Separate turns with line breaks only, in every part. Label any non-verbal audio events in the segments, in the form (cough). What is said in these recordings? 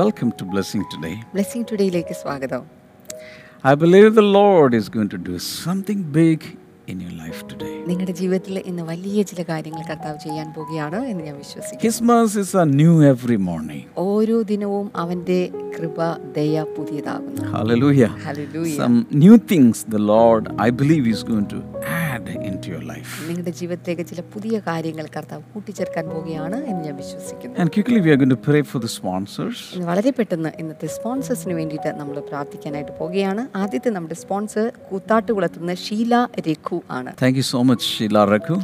Welcome to Blessing Today.
Blessing ടുഡേയിലേക്ക് സ്വാഗതം
I believe the Lord is going to do something big in your life today.
നിങ്ങളുടെ ജീവിതത്തിൽ ഇന്ന് വലിയ ചില കാര്യങ്ങൾ കർത്താവ് ചെയ്യാൻ പോവുകയാണ് എന്ന് ഞാൻ വിശ്വസിക്കുന്നു
His mercies are new every morning.
ഓരോ ദിനവും അവൻ്റെ കൃപ ദയ പുതിയതാകുന്നു
Hallelujah.
Hallelujah.
Some new things the Lord, I believe, is going to add into your life.
നിങ്ങളുടെ ജീവിതത്തിലേക്ക് ചില പുതിയ കാര്യങ്ങൾ കർത്താവ് കൂട്ടിച്ചേർക്കാൻ പോവുകയാണ് എന്ന് ഞാൻ വിശ്വസിക്കുന്നു
And quickly, we are going to pray for the sponsors.
ഇന്ന് വളരെ പെട്ടെന്ന് ഇന്നത്തെ സ്പോൺസേഴ്സിന് വേണ്ടിയിട്ട് നമ്മൾ പ്രാർത്ഥിക്കാനായിട്ട് പോവുകയാണ് ആദ്യത്തെ നമ്മുടെ സ്പോൺസർ കൂത്താട്ടുകുളത്തുനിന്ന് ഷീല രഘു ആണ്
Thank you so much, Sheila Rakhu.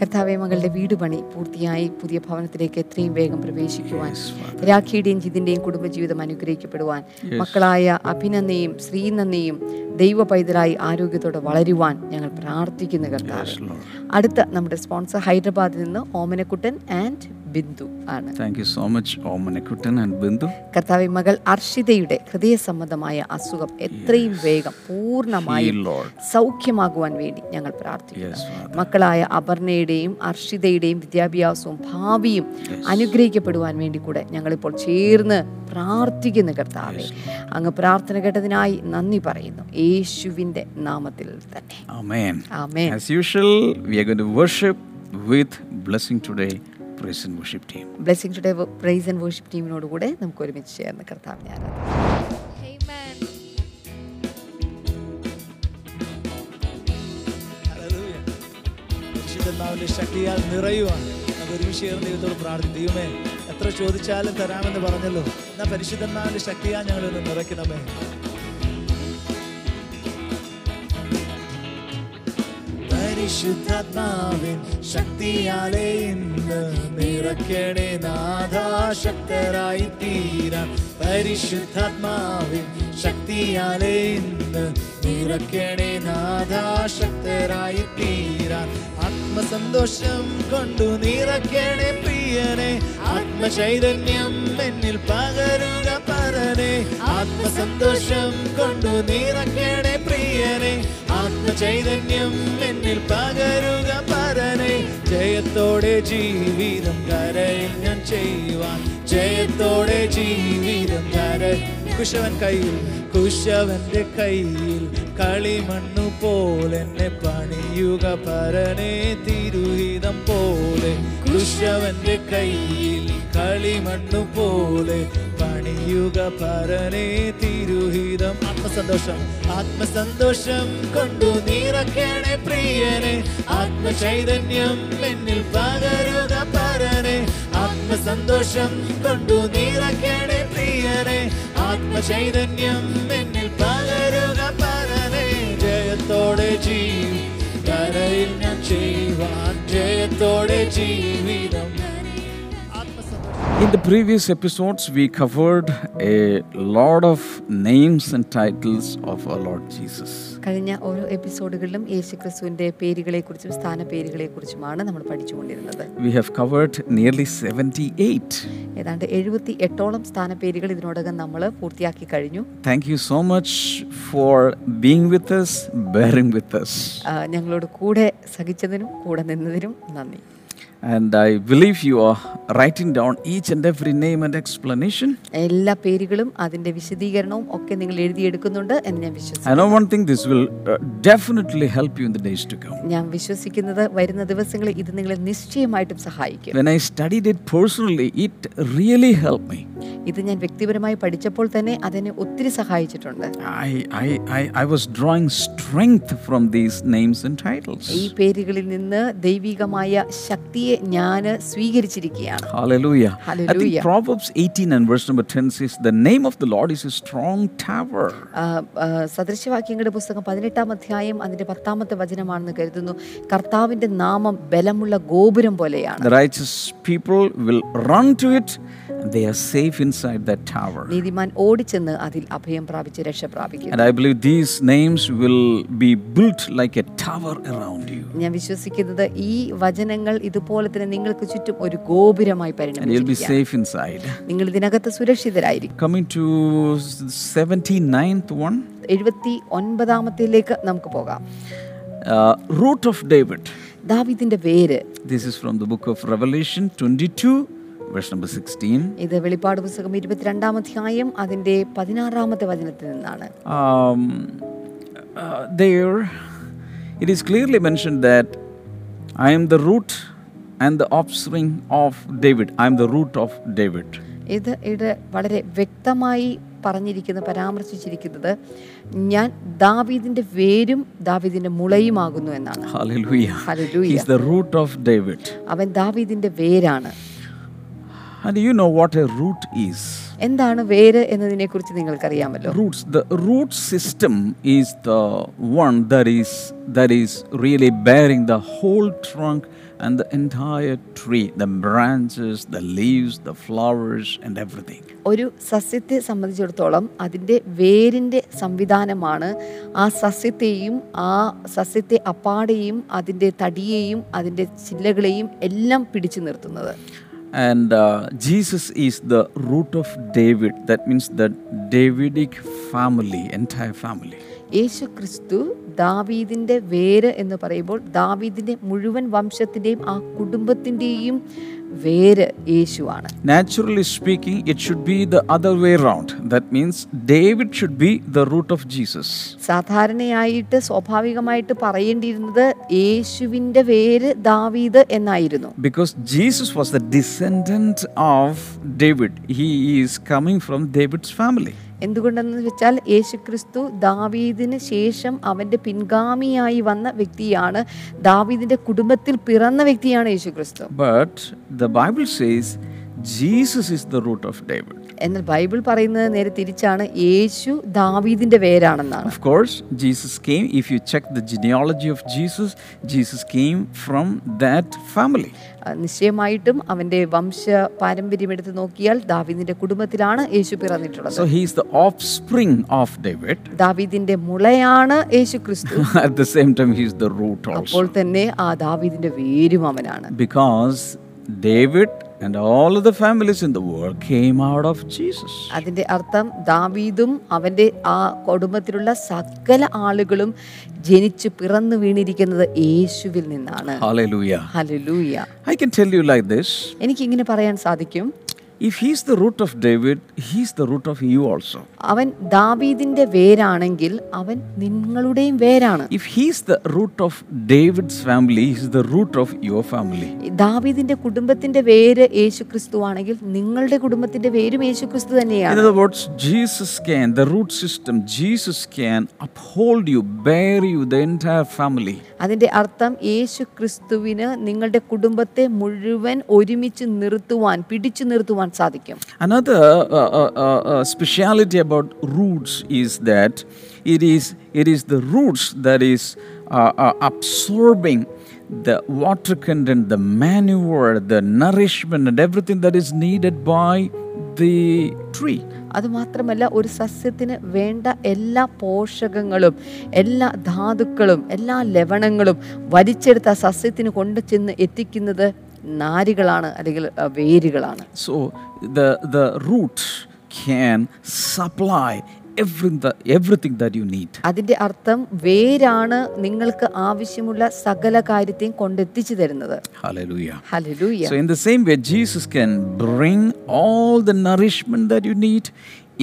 കർത്താവെ മകളുടെ വീട് പണി പൂർത്തിയായി പുതിയ ഭവനത്തിലേക്ക് എത്രയും വേഗം പ്രവേശിക്കുവാൻ
Yes, Father.
രാഖിയുടെയും ജിതിന്റെയും കുടുംബജീവിതം അനുഗ്രഹിക്കപ്പെടുവാൻ മക്കളായ അഭിനന്ദയും ശ്രീനന്ദയും ദൈവ പൈതലായി ആരോഗ്യത്തോടെ വളരുവാൻ ഞങ്ങൾ പ്രാർത്ഥിക്കുന്നു കർത്താവ്
Yes, Lord.
അടുത്ത നമ്മുടെ സ്പോൺസർ ഹൈദരാബാദിൽ നിന്ന് ഓമനക്കുട്ടൻ ആൻഡ് ബിന്ദു ആണ്
Thank you so much, Omanekutan and Bindu.
കർത്താവെ മകൾ അർഷിതയുടെ ഹൃദയ സംബന്ധമായ അസുഖം എത്രയും വേഗം പൂർണ്ണമായി
Heal, Lord.
സൗഖ്യമാകുവാൻ വേണ്ടി ഞങ്ങൾ പ്രാർത്ഥിക്കുന്നു
Yes, Father.
മക്കളായ അപർണയുടെയും അർഷിതയുടെയും വിദ്യാഭ്യാസവും ഭാവിയും അനുഗ്രഹിക്കപ്പെടുവാൻ വേണ്ടി കൂടെ ഞങ്ങളിപ്പോൾ ചേർന്ന് പ്രാർത്ഥിക്കുന്നു കർത്താവെ അങ്ങ് പ്രാർത്ഥന കേട്ടതിനായി നന്ദി പറയുന്നു യേശുവിൻ്റെ നാമത്തിൽ തന്നെ
Amen.
ആമേൻ
As usual, we are going to worship with Blessing Today Praise and Worship Team.
Blessing Today Praise and Worship ടീമിനോട് കൂടെ നമുക്ക് ഒരുമിച്ച് ചേർന്ന് കർത്താവിനെ ആരാധിക്കാം
Amen.
ഹല്ലേലൂയ. പരിശുദ്ധാത്മാവിന്റെ ശക്തിയാൽ നിറയുവാണ് നമുക്ക് ഒരുമിച്ച് ചേർന്ന് ദൈവത്തോട് പ്രാർത്ഥിക്കും ദൈവമേ എത്ര ചോദിച്ചാലും തരാമെന്ന് പറഞ്ഞല്ലോ എന്നാ പരിശുദ്ധാത്മാവിന്റെ ശക്തിയാൽ ഞങ്ങളൊന്ന് നിറയ്ക്കണമേ പരിശുദ്ധാത്മാവിൻ ശക്തിയാലേ ഇന്ന് നിറയ്ക്കണേ നാഥാശക്തരായി തീരാൻ പരിശുദ്ധാത്മാവിൻ ശക്തിയാലേ ഇന്ന് നിറയ്ക്കണേ നാഥാശക്തരായി തീരാൻ ആത്മസന്തോഷം കൊണ്ടു നിറയ്ക്കണേ പ്രിയനെ ആത്മചൈതന്യം എന്നിൽ പകരുക പരനെ ആത്മസന്തോഷം കൊണ്ടു നിറയ്ക്കണേ പ്രിയനെ ആത്മചൈതന്യം എന്നിൽ പകരുക പരനെ ജയത്തോടെ ജീവിതം കരയിൽ ഞാൻ ചെയ്യുവാൻ ജയത്തോടെ ജീവിതം കര കുശവൻ കയ്യിൽ കുശവന്റെ കയ്യിൽ കളിമണ്ണു പോലെ എന്നെ പണിയുക പരനെ തിരുഹിതം പോലെ കുശവന്റെ കയ്യിൽ കളിമണ്ണു പോലെ പണിയുക പരനെ തിരുഹിതം ആത്മസന്തോഷം ആത്മസന്തോഷം കൊണ്ടു നിറക്കണേ പ്രിയനെ ആത്മചൈതന്യം എന്നിൽ പകരുക പരനെ ആത്മസന്തോഷം കൊണ്ടു നിറക്കണേ പ്രിയനെ ആത്മചൈതന്യം എന്നിൽ പകരുക പരനെ ജയത്തോടെ ജീവി കരയിൽ ഞാൻ ചെയ്യുവാൻ ജയത്തോടെ ജീവിതം ആത്മസന്തോഷം
In the previous episodes, we covered a lot of names and titles of our Lord Jesus.
കഴിഞ്ഞ ഓരോ എപ്പിസോഡുകളിലും യേശുക്രിസ്തുവിൻ്റെ പേരുകളെക്കുറിച്ചും സ്ഥാനപ്പേരുകളെക്കുറിച്ചുമാണ് നമ്മൾ പഠിച്ചുകൊണ്ടിരുന്നത്
We have covered nearly 78.
ഏതാണ്ട് എഴുപത്തി എട്ടോളം സ്ഥാനപ്പേരുകൾ ഇതിനോടകം നമ്മൾ പൂർത്തിയാക്കി കഴിഞ്ഞു
Thank you so much for being with us, bearing with us.
ആ, ഞങ്ങളോട് കൂടെ സഹിച്ചതിനും കൂടെ നിന്നതിനും നന്ദി
And I believe you are writing down each and every name and explanation.
എല്ലാ പേരുകളും അതിൻ്റെ വിശദീകരണവും ഒക്കെ നിങ്ങൾ എഴുതിയെടുക്കുന്നുണ്ട് എന്ന് ഞാൻ വിശ്വസിക്കുന്നു
I know one thing this will uh, definitely help you in the days to come.
ഞാൻ വിശ്വസിക്കുന്നത് വരുന്ന ദിവസങ്ങളിൽ ഇത് നിങ്ങളെ നിശ്ചയമായിട്ടും സഹായിക്കും
When I studied it personally, it really helped me.
ഇത് ഞാൻ വ്യക്തിപരമായി പഠിച്ചപ്പോൾ തന്നെ അതിനെ ഒത്തിരി സഹായിച്ചിട്ടുണ്ട്
I, I, I, I was drawing strength from these names and
ഈ
titles.
പേരുകളിൽ നിന്ന് ദൈവികമായ ശക്തിയെ ഞാൻ സ്വീകരിച്ചിരിക്കുകയാണ്
Hallelujah. I think
Hallelujah.
Proverbs 18 and verse number 10 says, The name of the Lord is a strong tower.
ആ, ആ, സദൃശവാക്യങ്ങളുടെ പുസ്തകം പതിനെട്ടാം അധ്യായം അതിന്റെ പത്താമത്തെ വചനമാണെന്ന് കരുതുന്നു കർത്താവിന്റെ നാമം ബലമുള്ള ഗോപുരം പോലെയാണ്
The righteous people will run to it, and they are safe inside that tower.
നീതിമാൻ ഓടിച്ചെന്ന് അതിൽ അഭയം പ്രാപിച്ച് രക്ഷ പ്രാപിക്കും
And I believe these names will be built like a tower around you.
ഞാൻ വിശ്വസിക്കുന്നത് ഈ വചനങ്ങൾ ഇതുപോലെ തന്നെ നിങ്ങൾക്ക് ചുറ്റും ഒരു ഗോപുരമായി
And you'll be
പരിണമിച്ചിരിക്കുക
safe inside.
നിങ്ങൾ ഇതിനകത്ത് സുരക്ഷിതരായിരിക്കും
Coming to 79th one,
എഴുപത്തി ഒൻപതാമത്തിലേക്ക് നമുക്ക് പോകാം
uh, root of David.
ദാവിദിന്റെ വേര്
This is from the book of Revelation 22 verse number 16.
ഇത് വെളിപ്പാട് പുസ്തകം ഇരുപത്തിരണ്ടാം അധ്യായം അതിൻ്റെ പതിനാറാമത്തെ വചനത്തിൽ നിന്നാണ്
Um, uh, there, it is clearly mentioned that I am the root and the offspring of David. I am the root of David.
ഇത് ഇത് വളരെ വ്യക്തമായി പറഞ്ഞിരിക്കുന്ന പരാമർശിച്ചിരിക്കുന്നത് ഞാൻ ദാവീദിന്റെ വേരും ദാവീദിന്റെ മുളയുമാകുന്നു എന്നാണ്
Hallelujah.
Hallelujah.
He is the root of David.
അവൻ ദാവീദിന്റെ വേരാണ്
And you know what a root is.
എന്താണ് വേര് എന്നതിനെ കുറിച്ച് നിങ്ങൾക്കറിയാമല്ലോ
Roots. The root system is the one that is that is really bearing the whole trunk and the entire tree, the branches, the leaves, the flowers, and everything.
ഒരു സസ്യത്തെ സംബന്ധിച്ചിടത്തോളം അതിൻ്റെ വേരിൻ്റെ സംവിധാനമാണ് ആ സസ്യത്തെയും ആ സസ്യത്തെ അപ്പാടെയും അതിൻ്റെ തടിയെയും അതിൻ്റെ ചില്ലകളെയും എല്ലാം പിടിച്ചു നിർത്തുന്നത്
And uh, Jesus is the root of David. That means the Davidic family, entire family.
യേശു ക്രിസ്തു ദാവീദിൻ്റെ വേര് എന്ന് പറയുമ്പോൾ ദാവീദിൻ്റെ മുഴുവൻ വംശത്തിൻ്റെയും ആ കുടുംബത്തിൻ്റെയും വേര് യേശുവാണ്
Naturally speaking, it should be the other way around. That means David should be the root of Jesus.
സാധാരണയായിട്ട് സ്വാഭാവികമായിട്ട് പറയേണ്ടിയിരുന്നത് യേശുവിൻ്റെ വേര് ദാവീദ് എന്നായിരുന്നു
Because Jesus was the descendant of David. He is coming from David's family.
എന്തുകൊണ്ടെന്ന് വെച്ചാൽ യേശുക്രിസ്തു ദാവീദിന് ശേഷം അവൻ്റെ പിൻഗാമിയായി വന്ന വ്യക്തിയാണ് ദാവീദിൻ്റെ കുടുംബത്തിൽ പിറന്ന വ്യക്തിയാണ് യേശുക്രിസ്തു
But the Bible says Jesus is the root of David.
എന്നാൽ ബൈബിൾ പറയുന്നത് നേരെ തിരിച്ചാണ് യേശു ദാവീദിൻ്റെ വേരാണെന്നാണ്
Of course, Jesus came, if you check the genealogy of Jesus, Jesus came from that family.
ആ, നിശ്ചയമായിട്ടും അവൻ്റെ വംശ പാരമ്പര്യം എടുത്ത് നോക്കിയാൽ ദാവീദിന്റെ കുടുംബത്തിലാണ് യേശു പിറന്നിട്ടുള്ളത്
So he is the offspring of David. (laughs)
ദാവീദിന്റെ മുളയാണ് യേശു ക്രിസ്തു
At the same time, he is the root also.
അപ്പോൾ തന്നെ ആ ദാവീദിന്റെ വേരും അവനാണ്
Because David and all of the families in the world came out of Jesus.
അതിന്റെ അർത്ഥം ദാവീദും അവന്റെ ആ കുടുംബത്തിലുള്ള സകല ആളുകളും ജനിച്ചു പിറന്നു വീണിരിക്കുന്നത് യേശുവിൽ നിന്നാണ്
Hallelujah.
Hallelujah
I can tell you like this
എനിക്കിങ്ങനെ പറയാൻ സാധിക്കും
if he's the root of David, he's the root of you also.
അവൻ ദാവീദിന്റെ വേരാണെങ്കിൽ അവൻ നിങ്ങളുടെയും വേരാണ്
If he's the root of David's family, he's the root of your family.
ദാവീദിന്റെ കുടുംബത്തിന്റെ വേര് യേശു ക്രിസ്തു ആണെങ്കിൽ നിങ്ങളുടെ കുടുംബത്തിന്റെ വേരും യേശു ക്രിസ്തു
In
തന്നെയാണ്
other words, Jesus can, the root system, Jesus can uphold you, bear you, the entire family.
അതിന്റെ അർത്ഥം യേശു ക്രിസ്തുവിന് നിങ്ങളുടെ കുടുംബത്തെ മുഴുവൻ ഒരുമിച്ച് നിർത്തുവാൻ പിടിച്ചു നിർത്തുവാൻ സാധിക്കും
Another uh, uh, uh, uh, speciality about roots is that it is it is the roots that is uh, uh, absorbing the water content, the manure, the nourishment, and everything that is needed by the tree.
അതുമാത്രമല്ല ഒരു സസ്യത്തിന് വേണ്ട എല്ലാ പോഷകങ്ങളും എല്ലാ ധാതുക്കളും എല്ലാ ലവണങ്ങളും വലിച്ചെടുത്ത ആ സസ്യത്തിന് കൊണ്ടു ചെന്ന് എത്തിക്കുന്നത് നാരുകളാണ് അല്ലെങ്കിൽ ആ, വേരുകളാണ്
So the the root can supply everything that, everything that you need.
അതിൻ്റെ അർത്ഥം വേരാണ് നിങ്ങൾക്ക് ആവശ്യമുള്ള സകല കാര്യത്തെയും കൊണ്ടെത്തിച്ചു തരുന്നത്
Hallelujah.
ഹലലൂയ
So, in the same way, Jesus can bring all the nourishment that you need,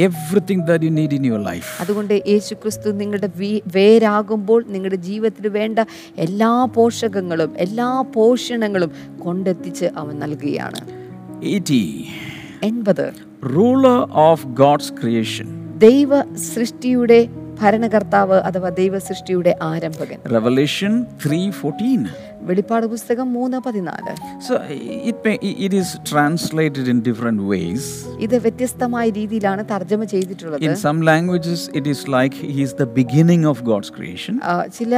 everything that you need in your life.
അതുകൊണ്ട് യേശുക്രിസ്തു നിങ്ങളുടെ വീ- വേരാകുമ്പോൾ നിങ്ങളുടെ ജീവിതത്തിൽ വേണ്ട എല്ലാ പോഷകങ്ങളും എല്ലാ പോഷണങ്ങളും കൊണ്ടെത്തിച്ച് അവൻ നൽകുകയാണ്
80.
എൺപത്
Ruler of God's creation.
ദൈവ സൃഷ്ടിയുടെ ഭരണകർത്താവ് അഥവാ ദൈവ സൃഷ്ടിയുടെ ആരംഭകൻ
Revelation 3:14.
വെളിപ്പാട് പുസ്തകം മൂന്ന് പതിനാല്
So it may, it is translated in different ways.
ഇത് വ്യത്യസ്തമായ രീതിയിലാണ് തർജ്ജമ ചെയ്തിട്ടുള്ളത്
In some languages, it is like he is the beginning of God's creation.
ആ, ചില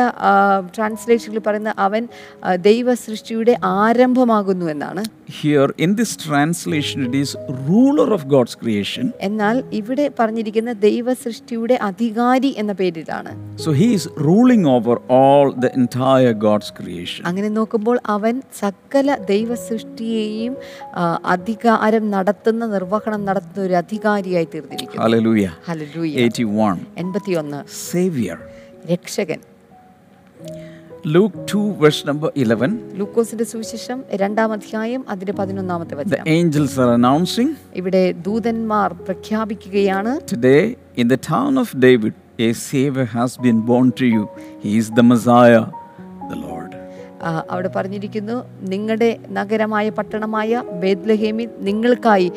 ട്രാൻസ്ലേഷനിൽ പറയുന്ന അവൻ ആ, ദൈവ സൃഷ്ടിയുടെ ആരംഭമാകുന്നു എന്നാണ്
Here, in this translation, it is ruler of God's creation.
എന്നാൽ ഇവിടെ പറഞ്ഞിരിക്കുന്ന ദൈവ സൃഷ്ടിയുടെ അധികാരി എന്ന പേരിലാണ്
So he is ruling over all the entire God's creation.
അങ്ങനെ നോക്കുമ്പോൾ അവൻ സകല ദൈവ സൃഷ്ടിയെയും ആ, അധികാരം നടത്തുന്ന നിർവഹണം നടത്തുന്ന ഒരു അധികാരിയായി തീർന്നിരിക്കുന്നു
Hallelujah.
ഹലലൂയ
81.
എൺപത്തി ഒന്ന്
Savior.
രക്ഷകൻ
Luke 2, verse number 11,
ലൂക്കോസിന്റെ സുവിശേഷം രണ്ടാം അധ്യായം അതിന്റെ പതിനൊന്നാമത്തെ
the
വചനം
angels are announcing
ഇവിടെ ദൂതന്മാർ പ്രഖ്യാപിക്കുകയാണ്
Today, in the town of David, a Savior has been born to you. He is the Messiah, the Lord.
ആ, അവിടെ പറഞ്ഞിരിക്കുന്നു നിങ്ങളുടെ നഗരമായ പട്ടണമായ ബേദ്ലഹേമിൽ നിങ്ങൾക്കായി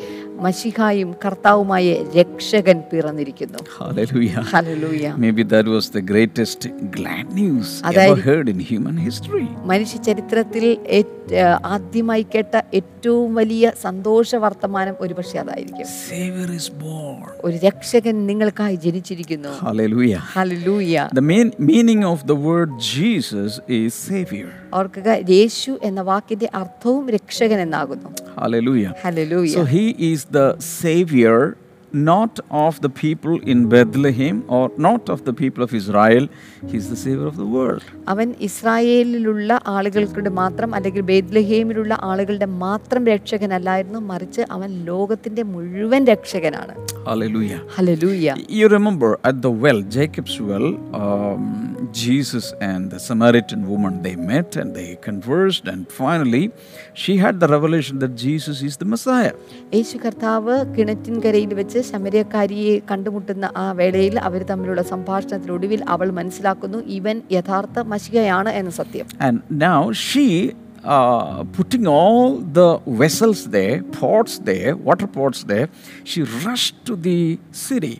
മഷിഹായും കർത്താവുമായ രക്ഷകൻ പിറന്നിരിക്കുന്നു
Hallelujah.
ഹല്ലേലൂയ
Maybe that was the greatest glad news ever
അതായിരിക്കും.
heard in human history.
മനുഷ്യ ചരിത്രത്തിൽ ഏറ്റ്- ആ, ആദ്യമായി കേട്ട ഏറ്റവും വലിയ സന്തോഷ വർത്തമാനം ഒരുപക്ഷെ അതായിരിക്കും
Savior is born.
ഒരു രക്ഷകൻ നിങ്ങൾക്കായി ജനിച്ചിരിക്കുന്നു
Hallelujah.
ഹല്ലേലൂയ
The main meaning of the word Jesus is Savior.
ഓർക്കുക യേശു എന്ന വാക്കിന്റെ അർത്ഥവും രക്ഷകൻ എന്നാകുന്നു
Hallelujah. So
hallelujah
he is the savior not of the people in Bethlehem or not of the people of Israel. He's the savior of the world.
അവൻ ഇസ്രായേലിലുള്ള ആളുകൾക്കുടെ മാത്രം അല്ലെങ്കിൽ ബേദ്ലഹേമിലുള്ള ആളുകളുടെ മാത്രം രക്ഷകനല്ലായിരുന്നു മറിച്ച് അവൻ ലോകത്തിന്റെ മുഴുവൻ രക്ഷകനാണ്
Hallelujah.
Hallelujah
You remember at the well, Jacob's well, um, Jesus and the Samaritan woman they met and they conversed, and finally she had the revelation that Jesus is the Messiah.
യേശു കർത്താവ് കിണറ്റിൻകരയിൽ വെച്ച് ശമരക്കാരിയെ കണ്ടുമുട്ടുന്ന ആ വേളയിൽ അവർ തമ്മിലുള്ള സംഭാഷണത്തിനൊടുവിൽ അവൾ മനസ്സിലാക്കുന്നു ഇവൻ യഥാർത്ഥ മഷികയാണ് എന്ന സത്യം
And now she, uh, putting all the vessels there, pots there, water pots there, she rushed to the city.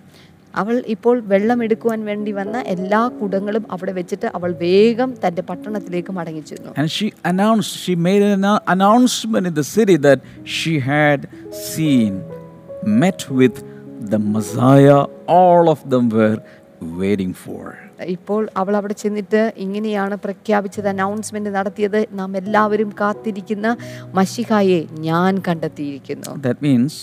അവൾ ഇപ്പോൾ വെള്ളമെടുക്കുവാൻ വേണ്ടി വന്ന എല്ലാ കുടങ്ങളും അവിടെ വെച്ചിട്ട് അവൾ വേഗം തൻ്റെ പട്ടണത്തിലേക്ക് മടങ്ങിച്ചെന്നു
And she announced, she made an annou- announcement in the city that she had seen, met with the Messiah, all of them were waiting for.
ഇപ്പോൾ അവൾ അവിടെ ചെന്നിട്ട് ഇങ്ങനെയാണ് പ്രഖ്യാപിച്ചത് അനൗൺസ്മെന്റ് നടത്തിയത് നാം എല്ലാവരും കാത്തിരിക്കുന്ന മഷിഹായെ ഞാൻ കണ്ടെത്തിയിരിക്കുന്നു
That means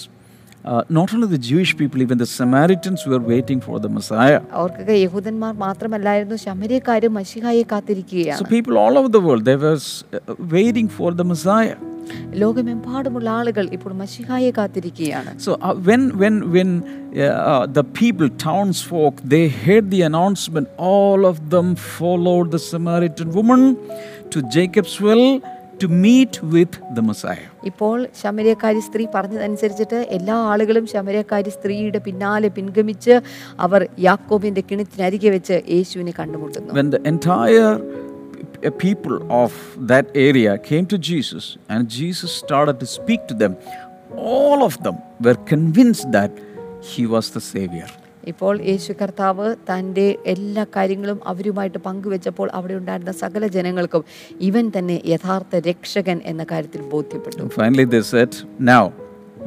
uh, not only the Jewish people, even the Samaritans were waiting for the Messiah.
ഓർക്കുക യഹൂദന്മാർ മാത്രമല്ലായിരുന്നു ശമരക്കാരും മഷിഹായെ
So
കാത്തിരിക്കുകയാണ്
people all over the world, they were s- uh, waiting for the Messiah.
ലോകമെമ്പാടുമുള്ള ആളുകൾ ഇപ്പോൾ മഷിഹായെ കാത്തിരിക്കുകയാണ്
So uh, when when when uh, uh, the people townsfolk they heard the announcement, all of them followed the Samaritan woman to Jacob's well to meet with the Messiah.
ഇപ്പോൾ ശമരക്കാരി സ്ത്രീ പറഞ്ഞതനുസരിച്ചിട്ട് എല്ലാ ആളുകളും ശമരക്കാരി സ്ത്രീയുടെ പിന്നാലെ പിൻഗമിച്ച് അവർ യാക്കോബിന്റെ കിണറ്റിനരികെ വെച്ച് യേശുവിനെ കണ്ടുമുട്ടുന്നു
When the entire p- people of that area came to Jesus and Jesus started to speak to them, all of them were convinced that he was the Savior.
ഇപ്പോൾ യേശു കർത്താവ് തൻ്റെ എല്ലാ കാര്യങ്ങളും അവരുമായിട്ട് പങ്കുവെച്ചപ്പോൾ അവിടെ ഉണ്ടായിരുന്ന സകല ജനങ്ങൾക്കും ഇവൻ തന്നെ യഥാർത്ഥ രക്ഷകൻ എന്ന കാര്യത്തിൽ ബോധ്യപ്പെട്ടു
And finally, they said, Now,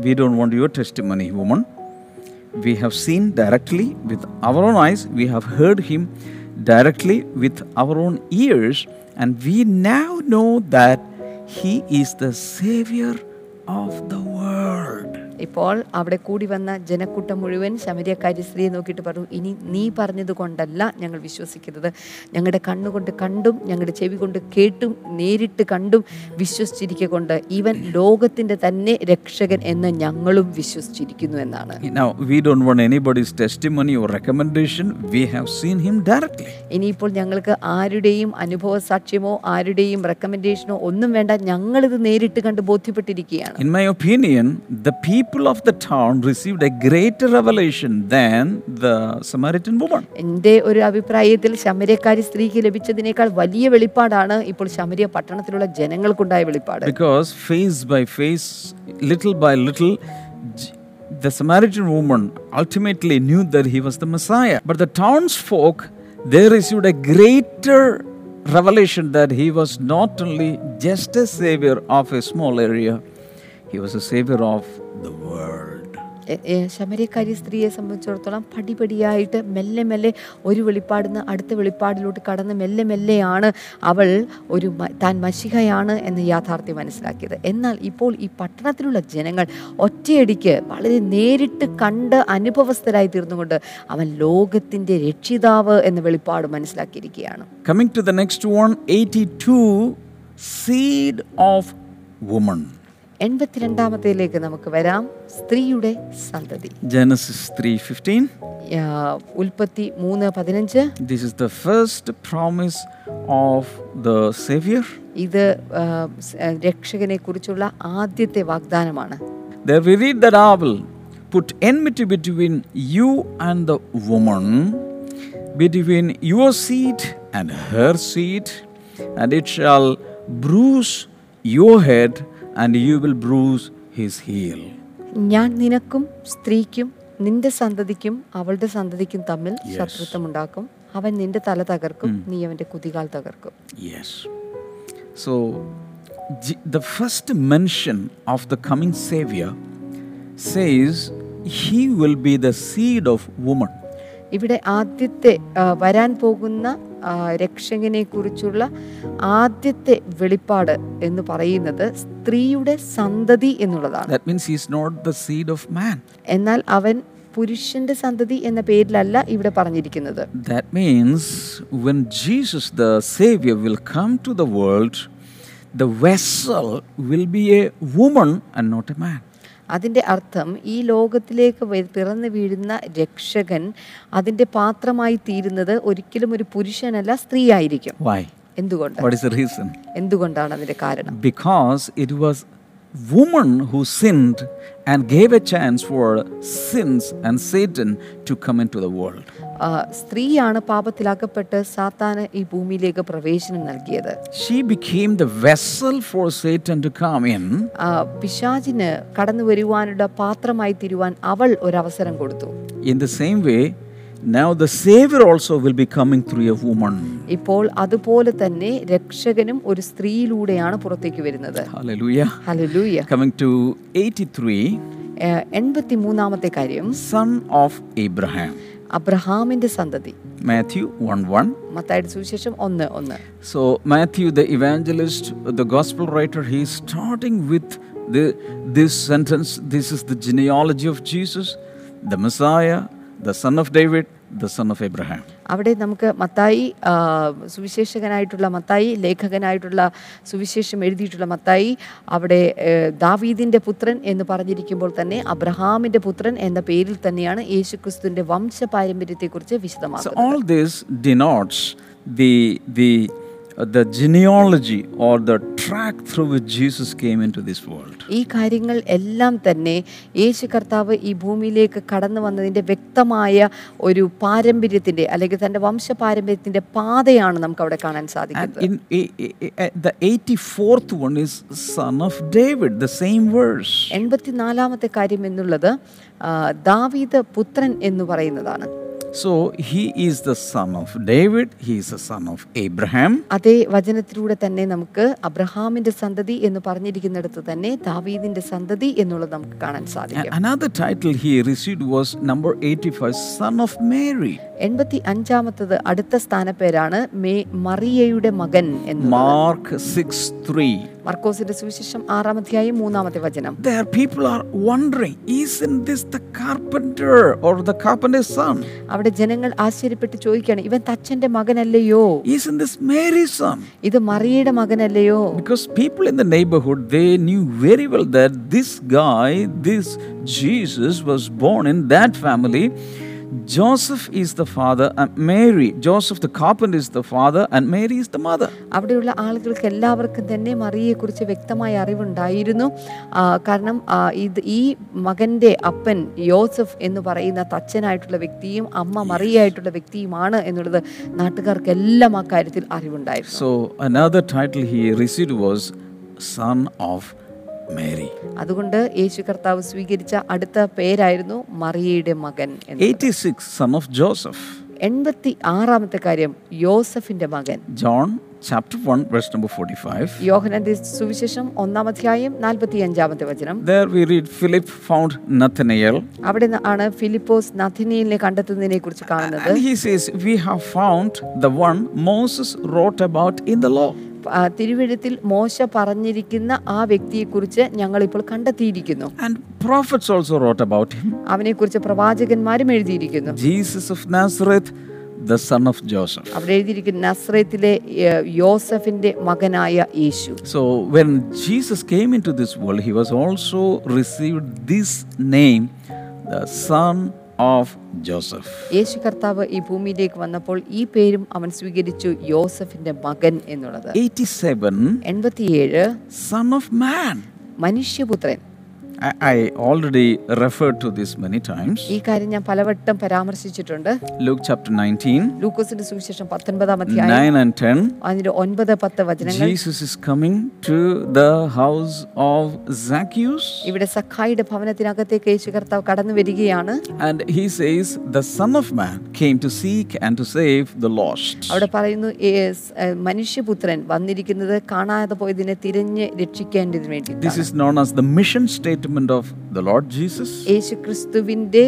we don't want your testimony, woman. We have seen directly with our own eyes, we have heard him directly with our own ears, and we now know that he is the Savior of the world.
ഇപ്പോൾ അവിടെ കൂടി വന്ന ജനക്കൂട്ടം മുഴുവൻ ശമരിയക്കാരി സ്ത്രീയെ നോക്കിയിട്ട് പറഞ്ഞു ഇനി നീ പറഞ്ഞത് കൊണ്ടല്ല ഞങ്ങൾ വിശ്വസിക്കുന്നത് ഞങ്ങളുടെ കണ്ണുകൊണ്ട് കണ്ടും ഞങ്ങളുടെ ചെവി കൊണ്ട് കേട്ടും നേരിട്ട് കണ്ടും വിശ്വസിച്ചിരിക്കെ കൊണ്ട് ഇവൻ ലോകത്തിൻ്റെ തന്നെ രക്ഷകൻ എന്ന് ഞങ്ങളും വിശ്വസിച്ചിരിക്കുന്നു എന്നാണ്
Now, we don't want anybody's testimony or recommendation, we have seen him directly.
ഇനിയിപ്പോൾ ഞങ്ങൾക്ക് ആരുടെയും അനുഭവ സാക്ഷ്യമോ ആരുടെയും റെക്കമെൻഡേഷനോ ഒന്നും വേണ്ട ഞങ്ങളിത് നേരിട്ട് കണ്ട് ബോധ്യപ്പെട്ടിരിക്കുകയാണ്
In my opinion, the people of the town received a greater revelation than the Samaritan woman.
എൻ്റെ ഒരു അഭിപ്രായത്തിൽ ശമരക്കാരി സ്ത്രീക്ക് ലഭിച്ചതിനേക്കാൾ വലിയ വെളിപ്പാടാണ് ഇപ്പോൾ ശമരിയ പട്ടണത്തിലുള്ള ജനങ്ങൾക്കുണ്ടായ വെളിപ്പാട്
Because face by face, little by little, J- the Samaritan woman ultimately knew that he was the Messiah. But the townsfolk, they received a greater revelation that he was not only just a savior of a small area, he was a savior of the world.
എ- എ- ശമരിയക്കാരി സ്ത്രീയെ സംബന്ധിച്ചിടത്തോളം പടിപടിയായിട്ട് മെല്ലെ മെല്ലെ ഒരു വെളിപ്പാടിന്ന് അടുത്ത വെളിപ്പാടിലോട്ട് കടന്ന് മെല്ലെ മെല്ലെയാണ് അവൾ ഒരു മ- താൻ മഷികയാണ് എന്ന യാഥാർത്ഥ്യം മനസ്സിലാക്കിയത് എന്നാൽ ഇപ്പോൾ ഈ പട്ടണത്തിലുള്ള ജനങ്ങൾ ഒറ്റയടിക്ക് വളരെ നേരിട്ട് കണ്ട് അനുഭവസ്ഥരായി തീർന്നുകൊണ്ട് അവൻ ലോകത്തിൻ്റെ രക്ഷിതാവ് എന്ന വെളിപ്പാട് മനസ്സിലാക്കിയിരിക്കുകയാണ്
Coming to the next one 82 seed of woman.
എൺപത്തിരണ്ടാമത്തേലേക്ക് നമുക്ക് വരാം സ്ത്രീയുടെ സന്തതി
Genesis 3:15.
ആ, ഉൽപ്പത്തി മൂന്ന് പതിനഞ്ച്
This is the first promise of the Savior.
ഇത് ആ, സ്- ആ, രക്ഷകനെ കുറിച്ചുള്ള ആദ്യത്തെ വാഗ്ദാനമാണ്
There we read that I will put enmity between you and the woman, between your seed and her seed, and it shall bruise your head, and you will bruise his heel.
ഞാൻ നിനക്കും സ്ത്രീക്കും നിന്റെ സന്തതിക്കും അവളുടെ സന്തതിക്കും തമ്മിൽ ശത്രുത്വമുണ്ടാക്കും അവൻ നിന്റെ തല തകർക്കും നീ അവന്റെ കുതികാൽ തകർക്കും
Yes. So, J- the first mention of the coming Savior says he will be the seed of woman.
ഇവിടെ ആദ്യത്തെ ആ, വരാൻ പോകുന്ന ആ, രക്ഷകനെ കുറിച്ചുള്ള ആദ്യത്തെ വെളിപ്പാട് എന്ന് പറയുന്നത് സ്ത്രീയുടെ സന്തതി എന്നുള്ളതാണ്
That means he is not the seed of man.
എന്നാൽ അവൻ പുരുഷന്റെ സന്തതി എന്ന പേരിലല്ല ഇവിടെ പറഞ്ഞിരിക്കുന്നത്
That means when Jesus, the Savior, will come to the world, the vessel will be a woman and not a man.
അതിൻ്റെ അർത്ഥം ഈ ലോകത്തിലേക്ക് വ- പിറന്നു വീഴുന്ന രക്ഷകൻ അതിൻ്റെ പാത്രമായി തീരുന്നത് ഒരിക്കലും ഒരു പുരുഷനല്ല സ്ത്രീയായിരിക്കും
Why?
എന്തുകൊണ്ട്
What is the reason?
എന്തുകൊണ്ടാണ് അതിൻ്റെ കാരണം
Because it was woman who sinned and gave a chance for sins and Satan to come into the world.
ആ, സ്ത്രീയാണ് പാപത്തിലാക്കപ്പെട്ട് സാത്താന് ഈ ഭൂമിയിലേക്ക് പ്രവേശനം നൽകിയത്
She became the vessel for Satan to come in.
ആ, പിശാചിന് കടന്നു വരുവാനുള്ള പാത്രമായി തീരുവാൻ അവൾ ഒരവസരം കൊടുത്തു
In the same way, now the Savior also will be coming through a woman.
ഇപ്പോൾ അതുപോലെ തന്നെ രക്ഷകനും ഒരു സ്ത്രീയിലൂടെയാണ് പുറത്തേക്ക് വരുന്നത്
Hallelujah.
ഹലലൂയ
Coming to 83,
എൺപത്തി മൂന്നാമത്തെ കാര്യം
son of Abraham.
അബ്രഹാമിന്റെ സന്തതി
Matthew 1 1.
മത്തായുടെ സുവിശേഷം ഒന്ന് ഒന്ന്
So, Matthew, the evangelist, the gospel writer, he is starting with the, this sentence. This is the genealogy of Jesus, the Messiah, the son of David, the son of Abraham.
അവിടെ നമുക്ക് മത്തായി ആ, സുവിശേഷകനായിട്ടുള്ള മത്തായി ലേഖകനായിട്ടുള്ള സുവിശേഷം എഴുതിയിട്ടുള്ള മത്തായി അവിടെ ഏ, ദാവീദിന്റെ പുത്രൻ എന്ന് പറഞ്ഞിരിക്കുമ്പോൾ തന്നെ അബ്രഹാമിന്റെ പുത്രൻ എന്ന പേരിൽ തന്നെയാണ് യേശുക്രിസ്തുവിന്റെ വംശ പാരമ്പര്യത്തെക്കുറിച്ച്
So,
വിശദമാക്കുന്നത്
all this denotes the, the, uh, the genealogy or the track through which Jesus came into this world.
ഈ കാര്യങ്ങൾ എല്ലാം തന്നെ യേശു കർത്താവ് ഈ ഭൂമിയിലേക്ക് കടന്നു വന്നതിൻ്റെ വ്യക്തമായ ഒരു പാരമ്പര്യത്തിൻ്റെ അല്ലെങ്കിൽ തൻ്റെ വംശ പാരമ്പര്യത്തിൻ്റെ പാതയാണ് നമുക്ക് അവിടെ കാണാൻ
And
സാധിക്കുന്നത്
in a- a- a- a- the 84th one is son of David, the same verse.
എൺപത്തിനാലാമത്തെ കാര്യം എന്നുള്ളത് ആ, ദാവീദ് പുത്രൻ എന്ന് പറയുന്നതാണ്
So he is the son of David, he is the son of Abraham.
അതേ വചനത്തിലൂടെ തന്നെ നമുക്ക് അബ്രഹാമിന്റെ സന്തതി എന്ന് പറഞ്ഞിരിക്കുന്നിടത്ത് തന്നെ ദാവീദിന്റെ സന്തതി എന്നുള്ളത് നമുക്ക് കാണാൻ
And
സാധിക്കും
another title he received was number 85, son of Mary.
എൺപത്തി അഞ്ചാമത്തത് അടുത്ത സ്ഥാനപ്പേരാണ് മേ മറിയയുടെ മകൻ എന്ന്
Mark 6 3.
മർക്കോസിന്റെ സുവിശേഷം ആറാം അധ്യായം മൂന്നാമത്തെ വചനം
There people are wondering, isn't this the carpenter or the carpenter's son?
അവിടെ ജനങ്ങൾ ആശ്ചര്യപ്പെട്ട് ചോദിക്കുകയാണ് ഇവൻ തച്ചന്റെ മകനല്ലയോ
Isn't this Mary's son?
ഇത് മറിയയുടെ മകനല്ലയോ
Because people in the neighborhood they knew very well that this guy, this Jesus, was born in that family. Joseph is the father and Mary. Joseph the carpenter is the father and Mary is the mother.
അവിടെയുള്ള ആളുകൾക്ക് എല്ലാവർക്കും തന്നെ മറിയയെക്കുറിച്ച് വ്യക്തമായ അറിവുണ്ടായിരുന്നു ആ, കാരണം ആ, ഇത് ഈ മകൻ്റെ അപ്പൻ യോസഫ് എന്ന് പറയുന്ന തച്ചനായിട്ടുള്ള വ്യക്തിയും അമ്മ മറിയായിട്ടുള്ള വ്യക്തിയുമാണ് എന്നുള്ളത് നാട്ടുകാർക്കെല്ലാം ആ കാര്യത്തിൽ അറിവുണ്ടായിരുന്നു
So another title he received was Son of Mary.
അതുകൊണ്ട് യേശു കർത്താവ് സ്വീകരിച്ച അടുത്ത പേരായിരുന്നു മറിയയുടെ മകൻ എന്ന്
86 son of Joseph.
എൺപത്തി ആറാമത്തെ കാര്യം യോസഫിന്റെ മകൻ
John chapter 1 verse number 45.
യോഹനന്റെ സുവിശേഷം ഒന്നാം അധ്യായം നാൽപ്പത്തി അഞ്ചാമത്തെ വചനം
There we read Philip found Nathanael
അവിടെ ന- ആണ് ഫിലിപ്പോസ് നഥിനിയിലെ കണ്ടെത്തുന്നതിനെ കുറിച്ച് കാണുന്നത്
And he says, We have found the one Moses wrote about in the law.
ആ, തിരുവെഴുത്തിൽ മോശ പറഞ്ഞിരിക്കുന്ന ആ വ്യക്തിയെക്കുറിച്ച് ഞങ്ങൾ ഇപ്പോൾ കണ്ടെത്തിയിരിക്കുന്നു
And prophets also wrote about him
അവനെക്കുറിച്ച് പ്രവാചകന്മാരും എഴുതിയിരിക്കുന്നു
Jesus of Nazareth, the son of Joseph.
അവിടെ എഴുതിയിരിക്കുന്ന നസ്രയത്തിലെ ഏ, യോസഫിന്റെ മകനായ യേശു
So when Jesus came into this world, he was also received this name, the son of Joseph.
യേശു കർത്താവ് ഈ ഭൂമിയിലേക്ക് വന്നപ്പോൾ ഈ പേരും അവൻ സ്വീകരിച്ചു യോസഫിന്റെ മകൻ എന്നുള്ളത്
87,
എൺപത്തിയേഴ്
Son of Man.
മനുഷ്യപുത്രൻ
I, I already referred to this many times.
ഈ കാര്യം ഞാൻ പലവട്ടം പരാമർശിച്ചിട്ടുണ്ട്
Luke chapter 19,
ലൂക്കോസിന്റെ സുവിശേഷം പത്തൊൻപതാം അധ്യായം
9 and 10.
അതിന്റെ ഒൻപത് പത്ത് വചനങ്ങൾ
Jesus is coming to the house of Zacchaeus
ഇവിടെ സഖായിയുടെ ഭവനത്തിനകത്തേക്ക് യേശു കർത്താവ് കടന്നു വരികയാണ്
and he says, The Son of Man came to seek and to save the lost.
അവിടെ പറയുന്നു "യേസ്, ഏ, മനുഷ്യപുത്രൻ വന്നിരിക്കുന്നത് കാണാതെ പോയതിനെ തിരഞ്ഞ് രക്ഷിക്കേണ്ടതിന് വേണ്ടി
This is known as the mission statement of the Lord Jesus.
യേശു ക്രിസ്തുവിന്റെ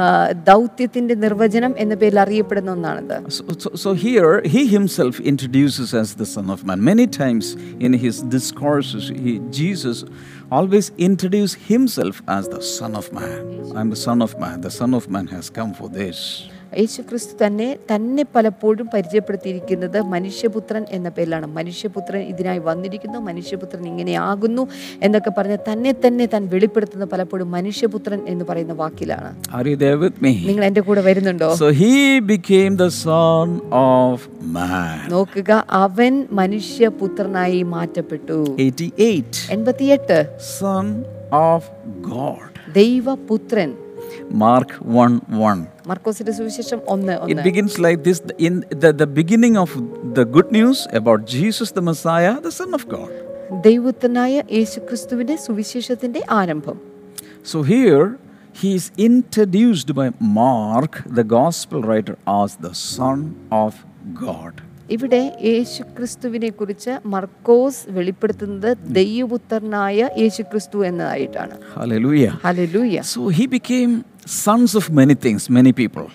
ആ, ദൗത്യത്തിന്റെ നിർവചനം എന്ന പേരിൽ അറിയപ്പെടുന്ന ഒന്നാണിത്
So, so, so here, he himself introduces as the Son of Man. Many times in his discourses, he, Jesus always introduced himself as the Son of Man. I'm the Son of Man. The Son of Man has come for this.
യേശു ക്രിസ്തു തന്നെ തന്നെ പലപ്പോഴും പരിചയപ്പെടുത്തിയിരിക്കുന്നത് മനുഷ്യപുത്രൻ എന്ന പേരിലാണ് മനുഷ്യപുത്രൻ ഇതിനായി വന്നിരിക്കുന്നു മനുഷ്യപുത്രൻ ഇങ്ങനെയാകുന്നു എന്നൊക്കെ പറഞ്ഞ് തന്നെ തന്നെ താൻ വെളിപ്പെടുത്തുന്ന പലപ്പോഴും മനുഷ്യപുത്രൻ എന്ന് പറയുന്ന വാക്കിലാണ്
Are you there with me?
നിങ്ങൾ എൻ്റെ കൂടെ വരുന്നുണ്ടോ
So he became the Son of Man.
നോക്കുക അവൻ മനുഷ്യപുത്രനായി മാറ്റപ്പെട്ടു
88.
എൺപത്തിയെട്ട്
Son of God.
ദൈവപുത്രൻ
Mark 1 1.
മർക്കോസിന്റെ സുവിശേഷം ഒന്ന്
It
ഒന്ന്
begins like this in the, the beginning of the good news about Jesus the Messiah, the Son of God.
ദൈവപുത്രനായ യേശു ക്രിസ്തുവിന്റെ സുവിശേഷത്തിന്റെ ആരംഭം
So here he is introduced by Mark, the gospel writer, as the Son of God.
ഇവിടെ യേശു ക്രിസ്തുവിനെ കുറിച്ച് മർക്കോസ് വെളിപ്പെടുത്തുന്നത് ദൈവപുത്രനായ യേശു ക്രിസ്തു എന്നതായിട്ടാണ്
Hallelujah.
ഹലലൂയ
So he became sons of many things, many people.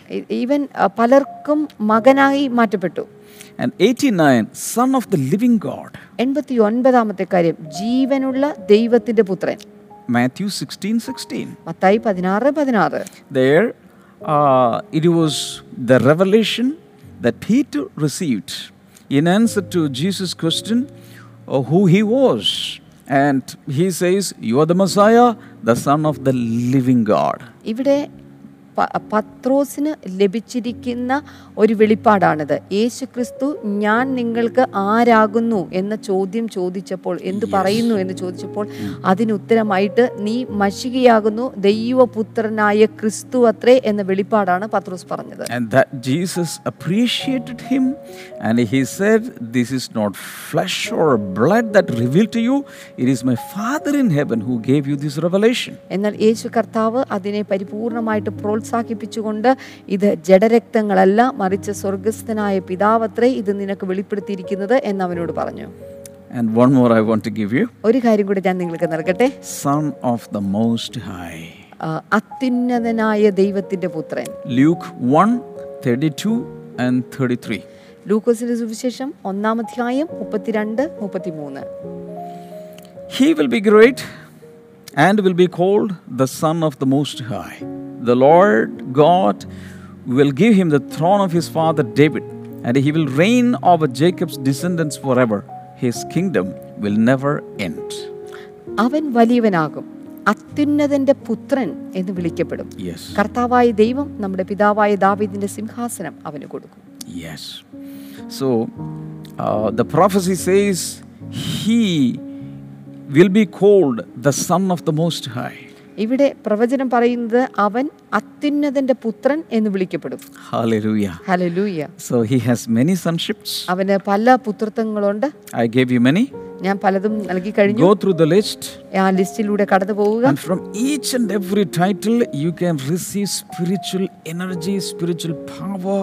ഈവൻ അഹ്, പലർക്കും മകനായി മാറ്റപ്പെട്ടു
And 89, Son of the living God.
എൺപത്തി ഒൻപതാമത്തെ കാര്യം ജീവനുള്ള ദൈവത്തിന്റെ പുത്രൻ
Matthew 16 16.
മത്തായി പതിനാറ് പതിനാറ്
There uh, it was the revelation that Peter received in answer to Jesus' question of who he was. And he says, You are the Messiah, the Son of the living God.
ഇവിടെ പ- പത്രോസിന് ലഭിച്ചിരിക്കുന്ന ഒരു വെളിപ്പാടാണിത് യേശു ക്രിസ്തു ഞാൻ നിങ്ങൾക്ക് ആരാകുന്നു എന്ന ചോദ്യം ചോദിച്ചപ്പോൾ എന്ത് പറയുന്നു എന്ന് ചോദിച്ചപ്പോൾ അതിന് ഉത്തരമായിട്ട് നീ മഷികയാകുന്നു ദൈവപുത്രനായ ക്രിസ്തു അത്രേ എന്ന വെളിപ്പാടാണ് പത്രോസ് പറഞ്ഞത്
And that Jesus appreciated him and he said, This is not flesh or blood that revealed to you, it is my Father in heaven who gave you this revelation.
എന്നാൽ യേശു കർത്താവ് അതിനെ പരിപൂർണമായിട്ട് പ്രോത്സാഹിപ്പിച്ചുകൊണ്ട് ഇത് ജഡരക്തങ്ങളല്ല മറിച്ച് സ്വർഗസ്ഥനായ പിതാവത്രേ ഇത് നിനക്ക് വെളിപ്പെടുത്തിയിരിക്കുന്നത് എന്ന് അവനോട് പറഞ്ഞു
And one more I want to give you
ഒരു കാര്യം കൂടി ഞാൻ നിങ്ങൾക്ക് നൽകട്ടെ
Son of the Most High.
ആ, അത്യുന്നതനായ ദൈവത്തിന്റെ പുത്രൻ
Luke 1 32 and 33.
ലൂക്കോസിന്റെ സുവിശേഷം ഒന്നാം അധ്യായം മുപ്പത്തിരണ്ട് മുപ്പത്തിമൂന്ന്
He will be great and will be called the Son of the Most High. The Lord God will give him the throne of his father David, and he will reign over Jacob's descendants forever. His kingdom will never end.
അവൻ വലിയവനാകും അത്യുന്നതന്റെ പുത്രൻ എന്ന് വിളിക്കപ്പെടും
Yes.
കർത്താവായ ദൈവം നമ്മുടെ പിതാവായ ദാവീദിന്റെ സിംഹാസനം അവന് കൊടുക്കും
Yes. So uh, the prophecy says he will be called the Son of the Most High.
ഇവിടെ പ്രവചനം പറയുന്നത് അവൻ അത്യുന്നതന്റെ പുത്രൻ എന്ന് വിളിക്കപ്പെടും
Hallelujah.
ഹലലൂയ
So he has many sonships.
അവന് പല പുത്രത്വങ്ങളുണ്ട്
I gave you many.
ഞാൻ പലതും നൽകി കഴിഞ്ഞു
Go through the list,
ആ ലിസ്റ്റിലൂടെ കടന്നു പോവുക
and from each and every title, you can receive spiritual energy, spiritual power,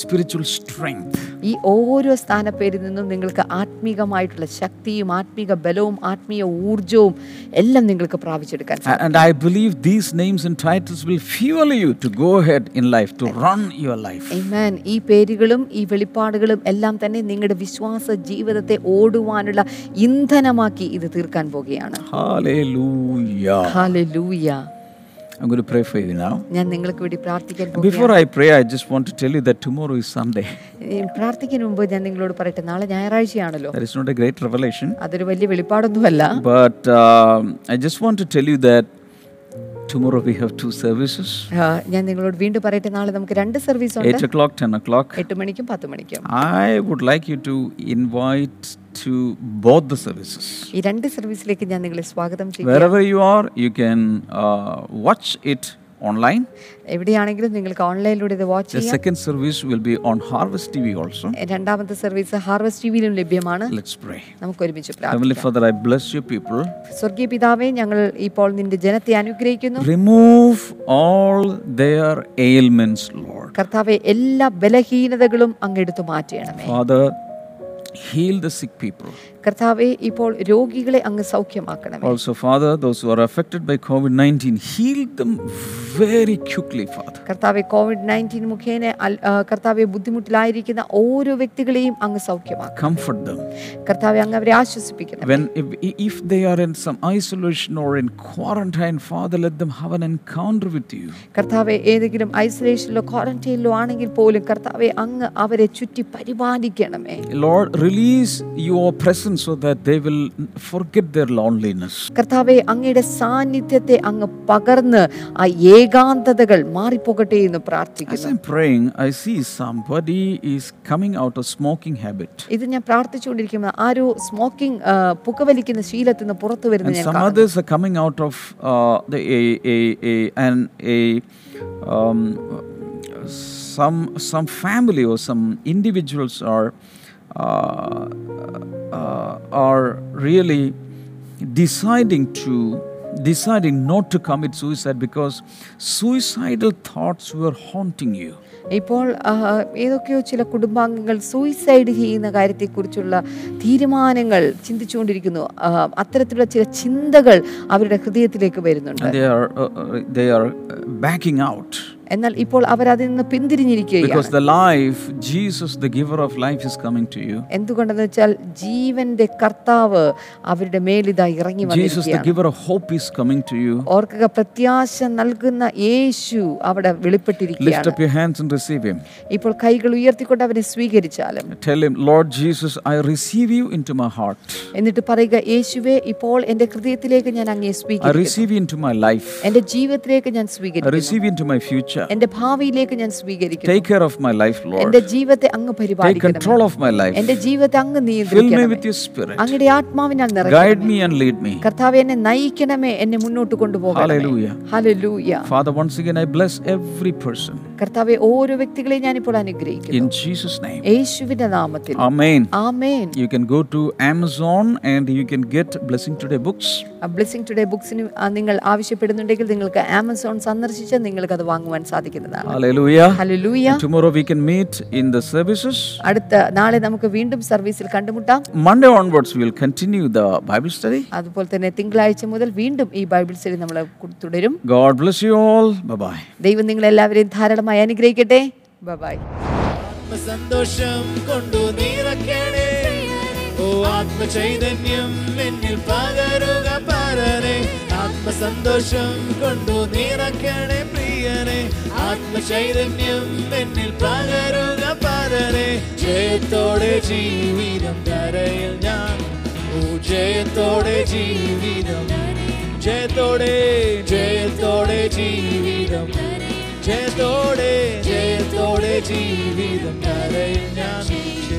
spiritual strength.
ഈ ഓരോ സ്ഥാനപ്പേരിൽ നിന്നും നിങ്ങൾക്ക് ആത്മീകമായിട്ടുള്ള ശക്തിയും ആത്മീക ബലവും ആത്മീയ ഊർജവും എല്ലാം നിങ്ങൾക്ക് പ്രാപിച്ചെടുക്കാൻ സാധിക്കും.
A- And I believe these names and titles will fuel you to go ahead in life, to run your life.
Amen. ഈ പേരുകളും ഈ വെളിപ്പാടുകളും എല്ലാം തന്നെ നിങ്ങളുടെ വിശ്വാസ ജീവിതത്തെ ഓടുവാനുള്ള ഇന്ധനമാക്കി ഇത് തീർക്കാൻ പോകുകയാണ്
Hallelujah.
ഹല്ലേലൂയ
I'm going to pray for you now.
ഞാൻ നിങ്ങൾക്ക് വേണ്ടി പ്രാർത്ഥിക്കാൻ
Before
പോകുകയാണ്
I pray, I just want to tell you that tomorrow is Sunday.
ഈ പ്രാർത്ഥിക്കാൻ മുമ്പ് ഞാൻ നിങ്ങളോട് പറയട്ടെ നാളെ ഞായറാഴ്ചയാണല്ലോ
That is not a great revelation.
അതൊരു വലിയ വെളിപ്പാടൊന്നുമല്ല
But um, I just want to tell you that Tomorrow we have two services
ആ, ഞാൻ നിങ്ങളോട് വീണ്ടും പറയട്ടെ നാളെ നമുക്ക് രണ്ട് സർവീസ് ഉണ്ട്
8 o'clock, 10 o'clock.
എട്ട് മണിക്കും പത്ത് മണിക്കും
I would like you to invite to both the services.
ഈ രണ്ട് സർവീസിലേക്ക് ഞാൻ നിങ്ങളെ സ്വാഗതം ചെയ്യും
Wherever you are, you can uh, watch it online.
എവിടെയാണെങ്കിലും നിങ്ങൾക്ക് ഓൺലൈനിലൂടെ ഇത് വാച്ച്
The
ചെയ്യാം
second service will be on Harvest TV also.
രണ്ടാമത്തെ സർവീസ് ഹാർവസ്റ്റ് ടിവിയിലും ലഭ്യമാണ്
Let's pray.
നമുക്ക് ഒരുമിച്ച്
Heavenly
പ്രാർത്ഥിക്കാം
Father, I bless your people.
സ്വർഗീയ പിതാവേ ഞങ്ങൾ ഇപ്പോൾ നിന്റെ ജനത്തെ അനുഗ്രഹിക്കുന്നു
Remove all their ailments, Lord.
കർത്താവെ എല്ലാ ബലഹീനതകളും അങ്ങ് എടുത്തു മാറ്റണമേ
Father, heal the sick people.
കർത്താവെ ഇപ്പോൾ രോഗികളെ അങ്ങ് സൗഖ്യമാക്കണമേ
Also, Father, those who are affected by COVID 19, heal them very quickly, Father.
കർത്താവെ കോവിഡ് നയൻറ്റീൻ മുഖേന അൽ- ആ, കർത്താവെ ബുദ്ധിമുട്ടിലായിരിക്കുന്ന ഓരോ വ്യക്തികളെയും അങ്ങ് സൗഖ്യമാക്കും
Comfort them.
കർത്താവെ അങ്ങ് അവരെ ആശ്വസിപ്പിക്കണം
When if, if they are in some isolation or in quarantine, Father, let them have an encounter with you.
കർത്താവെ ഏതെങ്കിലും ഐസൊലേഷനിലോ ക്വാറന്റൈനിലോ ആണെങ്കിൽ പോലും കർത്താവെ അങ്ങ് അവരെ ചുറ്റി പരിപാലിക്കണമേ
Lord, release your presence so that they will forget their loneliness.
കർത്താവെ അങ്ങയുടെ സാന്നിധ്യത്തെ അങ്ങ് പകർന്ന് ആ ഏകാന്തതകൾ മാറിപ്പോകട്ടെ എന്ന്
As
പ്രാർത്ഥിക്കുന്നു
I'm praying, I see somebody is coming out of smoking habit,
ഇത് ഞാൻ പ്രാർത്ഥിച്ചുകൊണ്ടിരിക്കുമ്പോൾ ആരോ സ്മോക്കിംഗ് പുകവലിക്കുന്ന ശീലത്തിൽ നിന്ന് പുറത്തു
and
വരുന്നത് ഞാൻ
some
കാണുന്നു.
others are coming out of uh, the a a a an a um, some some family or some individuals are uh, uh, are really deciding to deciding not to commit suicide because suicidal thoughts were haunting you.
ഇപ്പോൾ ആ, ഏതൊക്കെയോ ചില കുടുംബാംഗങ്ങൾ suicide ചെയ്യുന്ന കാര്യത്തെക്കുറിച്ചുള്ള തീരുമാനങ്ങൾ ചിന്തിച്ചുകൊണ്ടിരിക്കുന്നു ആ, അത്തരത്തിലുള്ള ചില ചിന്തകൾ അവരുടെ ഹൃദയത്തിലേക്ക് വരുന്നുണ്ട്
And they are uh, uh, they are uh, backing out.
എന്നാൽ ഇപ്പോൾ അവർ അതിൽ നിന്ന്
Because
പിന്തിരിഞ്ഞിരിക്കുകയാണ്
the life, Jesus, the giver of life, is coming to you.
എന്തുകൊണ്ടെന്ന് വെച്ചാൽ ജീവന്റെ കർത്താവ് അവരുടെ മേലിതാ ഇറങ്ങി
Jesus, the
വന്നിരിക്കുകയാണ്
giver of hope, is coming to you.
ഓർക്കുക പ്രത്യാശ നൽകുന്ന യേശു അവിടെ
Lift
വെളിപ്പെട്ടിരിക്കുകയാണ്
up your hands and receive Him.
ഇപ്പോൾ കൈകൾ ഉയർത്തിക്കൊണ്ട് അവനെ സ്വീകരിച്ചാലും
Tell Him, Lord Jesus, I receive you into my heart.
എന്നിട്ട് പറയുക യേശുവെ ഇപ്പോൾ എൻ്റെ ഹൃദയത്തിലേക്ക് ഞാൻ അങ്ങേ
I
സ്വീകരിക്കുന്നു
receive you into my life.
എൻ്റെ ജീവിതത്തിലേക്ക് ഞാൻ
I
സ്വീകരിക്കുന്നു
receive you into my future.
എൻ്റെ ഭാവിയിലേക്ക് ഞാൻ സ്വീകരിക്കുന്നു
Take care of my life,
എൻ്റെ
Lord.
ജീവിതത്തെ അങ്ങ്
Take control
പരിപാലിക്കണം
of my life.
എൻ്റെ ജീവിതത്തെ അങ്ങ്
Fill me with
നിയന്ത്രിക്കണം
your spirit.
അങ്ങയുടെ ആത്മാവിനാൽ
Guide
നിറയ്ക്കണം
me and lead me.
കർത്താവ് എന്നെ നയിക്കണമേ എന്നെ മുന്നോട്ട് കൊണ്ടുപോകണമേ
Hallelujah.
ഹല്ലേലൂയ
Father, once again, I bless every person.
കർത്താവെ ഓരോ വ്യക്തികളെയും ഞാനിപ്പോൾ അനുഗ്രഹിക്കുന്നു
In Jesus' name.
യേശുവിന്റെ നാമത്തിൽ
Amen.
ആമേൻ
You can go to Amazon and you can get Blessing Today books.
Blessing Today ബുക്സിന് ആ, നിങ്ങൾ ആവശ്യപ്പെടുന്നുണ്ടെങ്കിൽ നിങ്ങൾക്ക് ആമസോൺ സന്ദർശിച്ച് നിങ്ങൾക്ക് അത് വാങ്ങുവാൻ സാധിക്കുന്നതാണ്
Hallelujah.
ഹല്ലേലൂയ
Tomorrow we can meet in the services.
അടുത്ത നാളെ നമുക്ക് വീണ്ടും സർവീസിൽ കണ്ടുമുട്ടാം
Monday onwards, we will continue the Bible study.
അതുപോലെ തന്നെ തിങ്കളാഴ്ച മുതൽ വീണ്ടും ഈ ബൈബിൾ സ്റ്റഡി നമ്മൾ കു- തുടരും
God bless you all. Bye bye.
ദൈവം നിങ്ങളെല്ലാവരെയും ധാരാളമായി അനുഗ്രഹിക്കട്ടെ ബൈ
സന്തോഷം കൊണ്ടു നിറക്കണേ ഓ ആത്മചൈതന്യം എന്നിൽ പകരുക പരനെ ആത്മസന്തോഷം കൊണ്ടു നിറക്കണേ പ്രിയനെ ആത്മചൈതന്യം എന്നിൽ പകരുക പരനെ ജയത്തോടെ ജീവിതം തരയിൽ ഞാൻ ഓ ജയത്തോടെ ജീവിതം ജയത്തോടെ ജയത്തോടെ ജീവിതം ജയത്തോടെ ജയത്തോടെ ജീവിതം കരയും ഞാൻ